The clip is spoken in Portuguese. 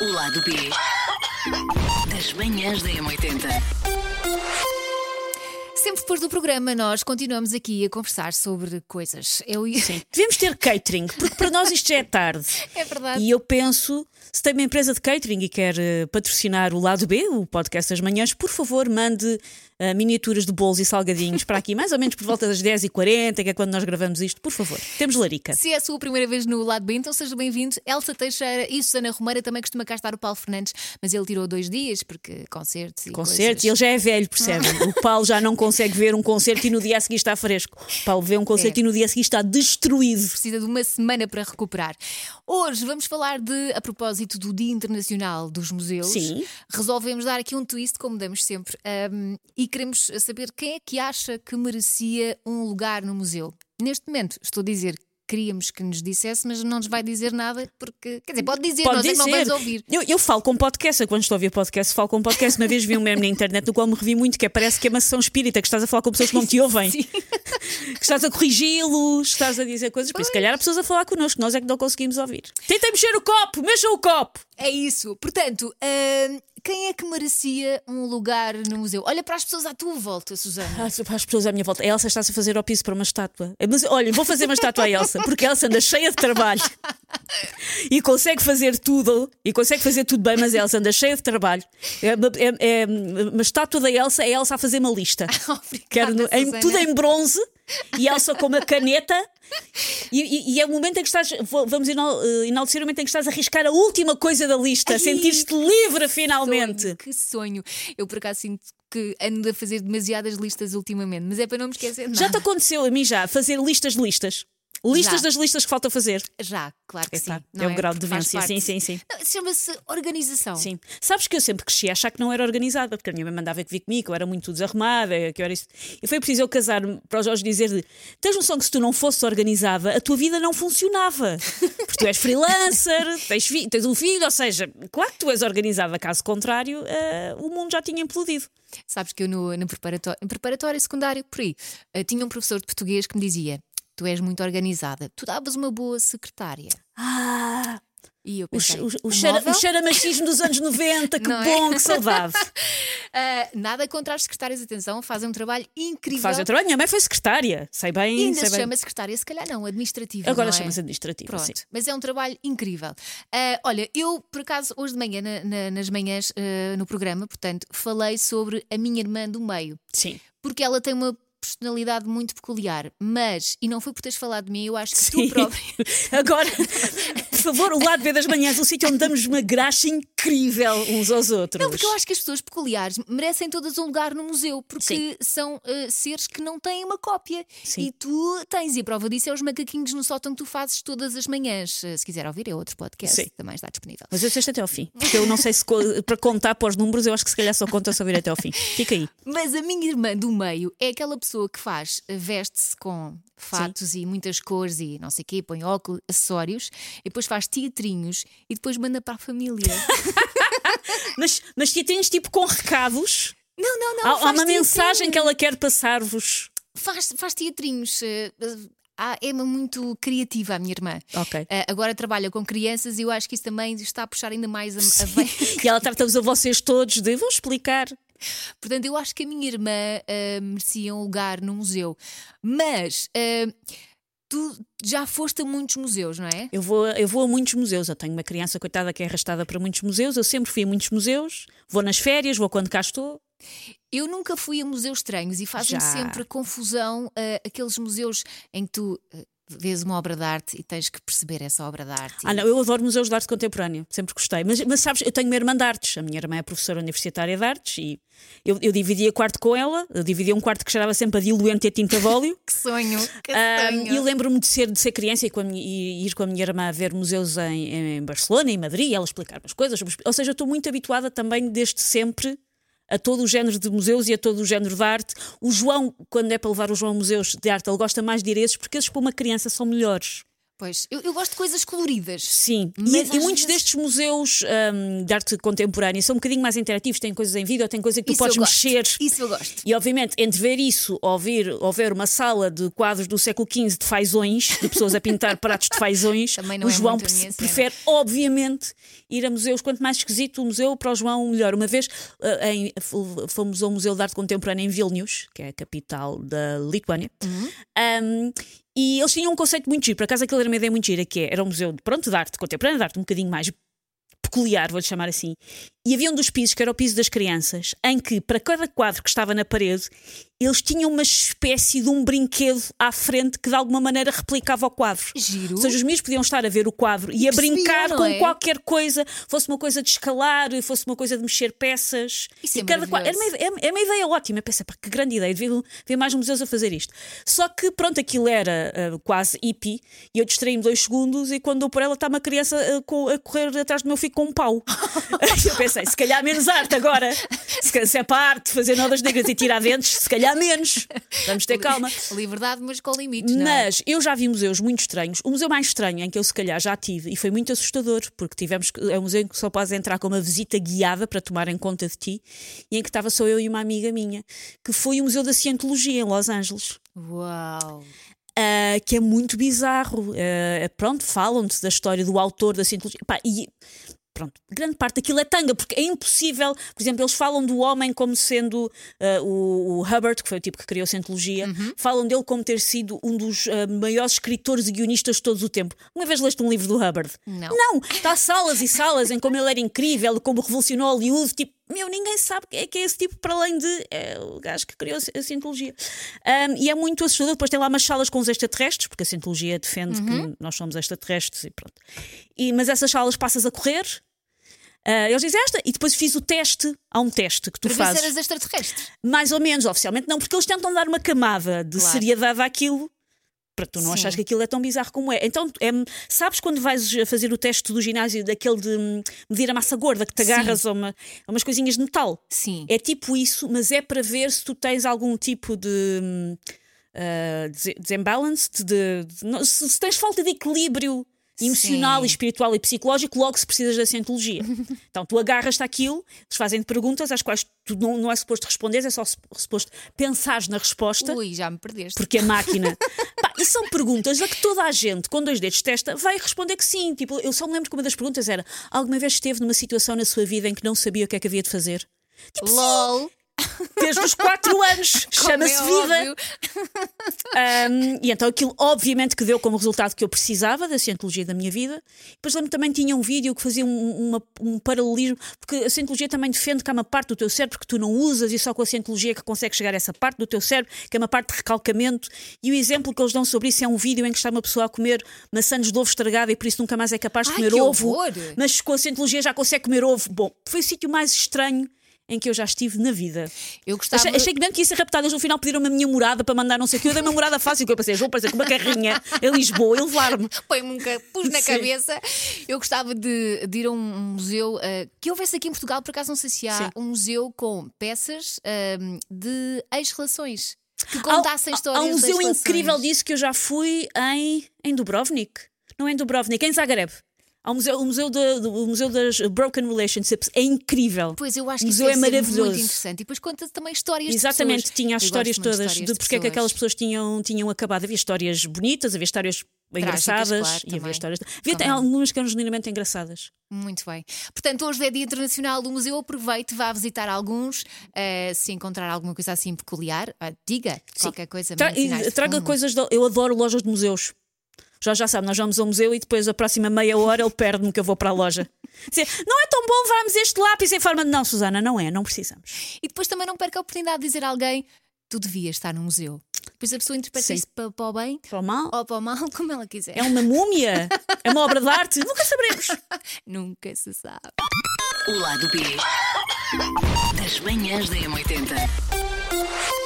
O lado B das manhãs da M80. Sempre depois do programa, nós continuamos aqui a conversar sobre coisas. É Eu e. Sim. Devemos ter catering, porque para nós isto já é tarde. É verdade. E eu penso, se tem uma empresa de catering e quer eh, patrocinar o lado B, o podcast das manhãs, por favor, mande eh, miniaturas de bolos e salgadinhos para aqui, mais ou menos por volta das 10h40, que é quando nós gravamos isto, por favor. Temos larica. Se é a sua primeira vez no Lado B, então seja bem-vindo. Elsa Teixeira e Susana Romeira também costuma cá estar o Paulo Fernandes, mas ele tirou dois dias porque concertos e Concertos, e ele coisas. já é velho, percebem? O Paulo já não consegue ver um concerto e no dia a seguir está fresco. O Paulo vê um concerto É. e no dia a seguir está destruído. Precisa de uma semana para recuperar. Hoje vamos falar de, a propósito do Dia Internacional dos Museus, Sim. resolvemos dar aqui um twist, como damos sempre, hum, e queremos saber quem é que acha que merecia um lugar no museu. Neste momento, estou a dizer. Queríamos que nos dissesse, mas não nos vai dizer nada, porque. Quer dizer, pode dizer, nós é que não vamos ouvir. Eu, eu falo com podcast, eu quando estou a ouvir podcast, falo com podcast. Uma vez vi um meme na internet do qual me revi muito, que é, parece que é uma sessão espírita, que estás a falar com pessoas que não te ouvem, Sim. que estás a corrigi-los, estás a dizer coisas. Por isso, se calhar há pessoas a falar connosco, nós é que não conseguimos ouvir. Tentem mexer o copo, mexam o copo! É isso. Portanto, hum, quem é que merecia um lugar no museu? Olha para as pessoas à tua volta, Susana. As, as pessoas à minha volta. A Elsa está-se a fazer ao piso para uma estátua. Mas olha, vou fazer uma estátua à Elsa, porque a Elsa anda cheia de trabalho e consegue fazer tudo, e consegue fazer tudo bem, mas a Elsa anda cheia de trabalho. É uma, é- é uma estátua da Elsa é a Elsa a fazer uma lista. Obrigada, Quero no- em- Ah, Susana. tudo em bronze e Elsa com uma caneta. E, e- e é o momento em que estás, vou- vamos enal- eh, enaltecer o momento em que estás a riscar a última coisa da lista, Ai, sentir-te livre finalmente. Sonho, que sonho. Eu por acaso sinto que ando a fazer demasiadas listas ultimamente, mas é para não me esquecer de Já te nada. aconteceu a mim já fazer listas de listas? Listas Já. das listas que falta fazer. Já, claro que sim. Epá, não é um grau de Porque faz demência. Sim, parte. sim, sim. Não, Chama-se organização. Sim. Sabes que eu sempre cresci a achar que não era organizada, porque a minha mãe mandava que vir comigo, que eu era muito desarrumada, que eu era isso. E foi preciso eu casar-me para o Jorge dizer lhe tens noção que se tu não fosses organizada, a tua vida não funcionava. Porque tu és freelancer, tens, fi- tens um filho, ou seja, claro que tu és organizada, caso contrário, eh, o mundo já tinha implodido. Sabes que eu no, no preparatório, em preparatório secundário, por aí, eh, tinha um professor de português que me dizia: Tu és muito organizada, tu davas uma boa secretária. Ah, E eu o, pensei, che- o, o "Um cheira- móvel?" o cheiramachismo dos anos 90, que Não é? bom, que saudade. Ah, nada contra as secretárias, atenção, fazem um trabalho incrível. Faz o trabalho. Minha mãe foi secretária. Sei bem. E ainda sei se bem. chama secretária, se calhar não, administrativa. Agora não é? chama-se administrativa. Pronto, sim. mas é um trabalho incrível. Ah, olha, eu por acaso hoje de manhã, na- na- nas manhãs ah, no programa, portanto, falei sobre a minha irmã do meio, Sim. porque ela tem uma personalidade muito peculiar, mas, e não foi por teres falado de mim, eu acho que Sim. tu própria. Agora, por favor, o lado B das manhãs, um sítio onde damos uma graxa incrível uns aos outros. Não, porque eu acho que as pessoas peculiares merecem todas um lugar no museu, porque Sim. são ah, seres que não têm uma cópia. Sim. E tu tens, e a prova disso é os macaquinhos no sótão que tu fazes todas as manhãs. Ah, se quiser ouvir, é outro podcast, Sim. também está disponível. Mas eu sexto até ao fim, porque eu não sei se co- para contar para os números, eu acho que se calhar só conta se ouvir até ao fim. Fica aí. Mas a minha irmã do meio é aquela pessoa que faz, eh, veste-se com fatos e muitas cores e não sei o quê, põe óculos, acessórios, e depois faz teatrinhos e depois manda para a família. Mas, mas te tens tipo com recados. não, não, não. Há- há, faz uma teatrinhos. mensagem que ela quer passar-vos. Faz, faz teatrinhos. eh, eh, ah, é muito criativa a minha irmã. Ok. Eh, agora trabalha com crianças e eu acho que isso também está a puxar ainda mais a, a veia. E ela trata-vos a vocês todos de vou explicar. Portanto, eu acho que a minha irmã ah, merecia um lugar no museu. Mas ah, tu já foste a muitos museus, não é? Eu vou, eu vou a muitos museus. Eu tenho uma criança coitada que é arrastada para muitos museus. Eu sempre fui a muitos museus. Vou nas férias, vou quando cá estou. Eu nunca fui a museus estranhos e fazem-me Já. sempre confusão ah, aqueles museus em que tu ah, vês uma obra de arte e tens que perceber essa obra de arte. Ah, não, eu adoro museus de arte contemporânea, sempre gostei. Mas, mas sabes, eu tenho uma irmã de artes. A minha irmã é professora universitária de artes e eu, eu dividia quarto com ela. Eu dividia um quarto que cheirava sempre a diluente e a tinta de óleo. Que sonho! Que Ah, sonho! eu lembro-me de ser, de ser criança e, com a minha- e ir com a minha irmã a ver museus em, em Barcelona, em Madrid, e ela explicar umas coisas. Ou seja, eu estou muito habituada também desde sempre a todo o género de museus e a todo o género de arte. O João, quando é para levar o João a museus de arte, ele gosta mais de ir a esses porque esses para uma criança são melhores. Pois, eu, eu gosto de coisas coloridas. Sim, Mas e, às e vezes- muitos destes museus hum, de arte contemporânea são um bocadinho mais interativos, têm coisas em vídeo, têm coisas que tu Isso podes eu gosto. mexer. Isso eu gosto. E obviamente, entre ver isso ou ver, ou ver uma sala de quadros do século XV de fazões, de pessoas a pintar pratos de fazões, Também não o é João muito a pre- minha cena. prefere, obviamente, ir a museus. Quanto mais esquisito o museu, para o João, melhor. Uma vez eh, em- f- fomos ao Museu de Arte Contemporânea em Vilnius, que é a capital da Lituânia, Uhum. Ahm, e eles tinham um conceito muito giro. Por acaso, aquilo era uma ideia muito gira, que é- era um museu de, pronto, de arte contemporânea, de arte um bocadinho mais peculiar, vou-lhe chamar assim. E havia um dos pisos, que era o piso das crianças, em que para cada quadro que estava na parede, eles tinham uma espécie de um brinquedo à frente que de alguma maneira replicava o quadro. Giro. Ou seja, os miúdos podiam estar a ver o quadro e, a percebiam, brincar não com é? qualquer coisa, fosse uma coisa de escalar, fosse uma coisa de mexer peças. Isso e é cada quadro- era, uma, maravilhoso. é- é uma ideia ótima. Eu pensei, pá, que grande ideia, devia ver mais museus a fazer isto. Só que, pronto, aquilo era ah, quase hippie e eu distraí-me dois segundos e quando dou por ela está uma criança ah, com- a correr atrás do meu filho com um pau. eu pensei, se calhar menos arte agora. Se, calhar- se é para a arte fazer nodas negras e tirar dentes, se calhar menos. Vamos ter calma. Liberdade, mas com limites, não é? Mas eu já vi museus muito estranhos. O museu mais estranho em que eu se calhar já tive e foi muito assustador, porque tivemos que- é um museu em que só podes entrar com uma visita guiada para tomarem conta de ti, e em que estava só eu e uma amiga minha, que foi o Museu da Cientologia em Los Angeles. Uau. ah, que é muito bizarro. Ah, pronto, falam-te da história do autor da Cientologia. Pá, e pronto, grande parte daquilo é tanga, porque é impossível. Por exemplo, eles falam do homem como sendo ah, o, o Hubbard, que foi o tipo que criou a Scientologia, falam dele como ter sido um dos ah, maiores escritores e guionistas de todos o tempo. Uma vez leste um livro do Hubbard? Não. Não! Está salas e salas em como ele era incrível, como revolucionou Hollywood, tipo. Meu, ninguém sabe quem é que é esse tipo para além de é, o gajo que criou a Cientologia. Ah, e é muito assustador. Depois tem lá umas salas com os extraterrestres, porque a Cientologia defende que nós somos extraterrestres e pronto. E, mas essas salas passas a correr, ah, eles dizem esta, e depois fiz o teste. Há um teste que tu Para ver se fazes. eras extraterrestre. Mais ou menos, oficialmente não, porque eles tentam dar uma camada de Claro. seriedade àquilo para tu não Sim. achares que aquilo é tão bizarro como é. Então, é- sabes quando vais a fazer o teste do ginásio daquele de hum, medir a massa gorda, que te Sim. agarras a, uma- a umas coisinhas de metal? Sim. É tipo isso, mas é para ver se tu tens algum tipo de. hum, ah, des- desembalanced, de, de- não- se, se tens falta de equilíbrio emocional, Sim. e espiritual e psicológico, logo se precisas da cientologia. então tu agarras-te àquilo, eles fazem-te perguntas às quais tu não, não é suposto responder, é só sup- suposto pensares na resposta. Ui, já me perdeste. Porque a máquina. Pá, e são perguntas a que toda a gente, com dois dedos, testa, vai responder que sim. Tipo, eu só me lembro que uma das perguntas era: alguma vez esteve numa situação na sua vida em que não sabia o que é que havia de fazer? Tipo, sim, LOL. desde os 4 anos. como Chama-se é vida. óbvio. Um, e então aquilo, obviamente, que deu como resultado que eu precisava da cientologia da minha vida. Depois lembro também tinha um vídeo que fazia um, uma- um paralelismo, porque a cientologia também defende que há uma parte do teu cérebro que tu não usas e só com a cientologia é que consegues chegar a essa parte do teu cérebro, que é uma parte de recalcamento. E o exemplo que eles dão sobre isso é um vídeo em que está uma pessoa a comer maçãs de ovo estragada e por isso nunca mais é capaz de Ai, comer que ovo. horror! Mas com a cientologia já consegue comer ovo. Bom, foi o sítio mais estranho em que eu já estive na vida. Eu gostava. é, Achei, achei que mesmo que ia ser raptada, eles no final pediram-me a minha morada para mandar não sei o que. Eu dei uma morada fácil, que eu pensei, eles vão aparecer com uma carrinha em Lisboa e levar-me. Põe-me um ca- pus na Sim. cabeça. Eu gostava de, de ir a um um museu eh, que houvesse aqui em Portugal, por acaso não sei se há Sim. um museu com peças ehm, de ex-relações que Há- contassem há- histórias. Há um de museu ex-relações. incrível disso que eu já fui em, em Dubrovnik. Não é em Dubrovnik, é em Zagreb. Há um museu, o museu, de- do- o museu das Broken Relationships. É incrível. Pois eu acho que O isso museu é é maravilhoso. muito interessante. E depois conta também histórias Exatamente, de pessoas. tinha as Eu histórias gosto muito todas de de, histórias de porque é que aquelas pessoas tinham, tinham acabado. Havia histórias bonitas, havia histórias engraçadas claro, e havia também. histórias. Havia até Também. algumas que eram genuinamente engraçadas. Muito bem. Portanto, hoje é Dia Internacional do Museu. Aproveite, vá visitar alguns. eh, se encontrar alguma coisa assim peculiar, ah, diga qualquer coisa. Tra- mande sinais de traga fumo. coisas. de- eu adoro lojas de museus. Já já sabe, nós vamos ao museu e depois a próxima meia hora ele perde-me que eu vou para a loja. Dizer, não é tão bom levarmos este lápis em forma de. Não, Susana, não é, não precisamos. E depois também não perca a oportunidade de dizer a alguém: tu devias estar no museu. Depois a pessoa interpreta Sim. isso para, para o bem Para o mal, ou para o mal, como ela quiser. é uma múmia, é uma obra de arte, nunca saberemos. Nunca se sabe. O lado B das manhãs da M80.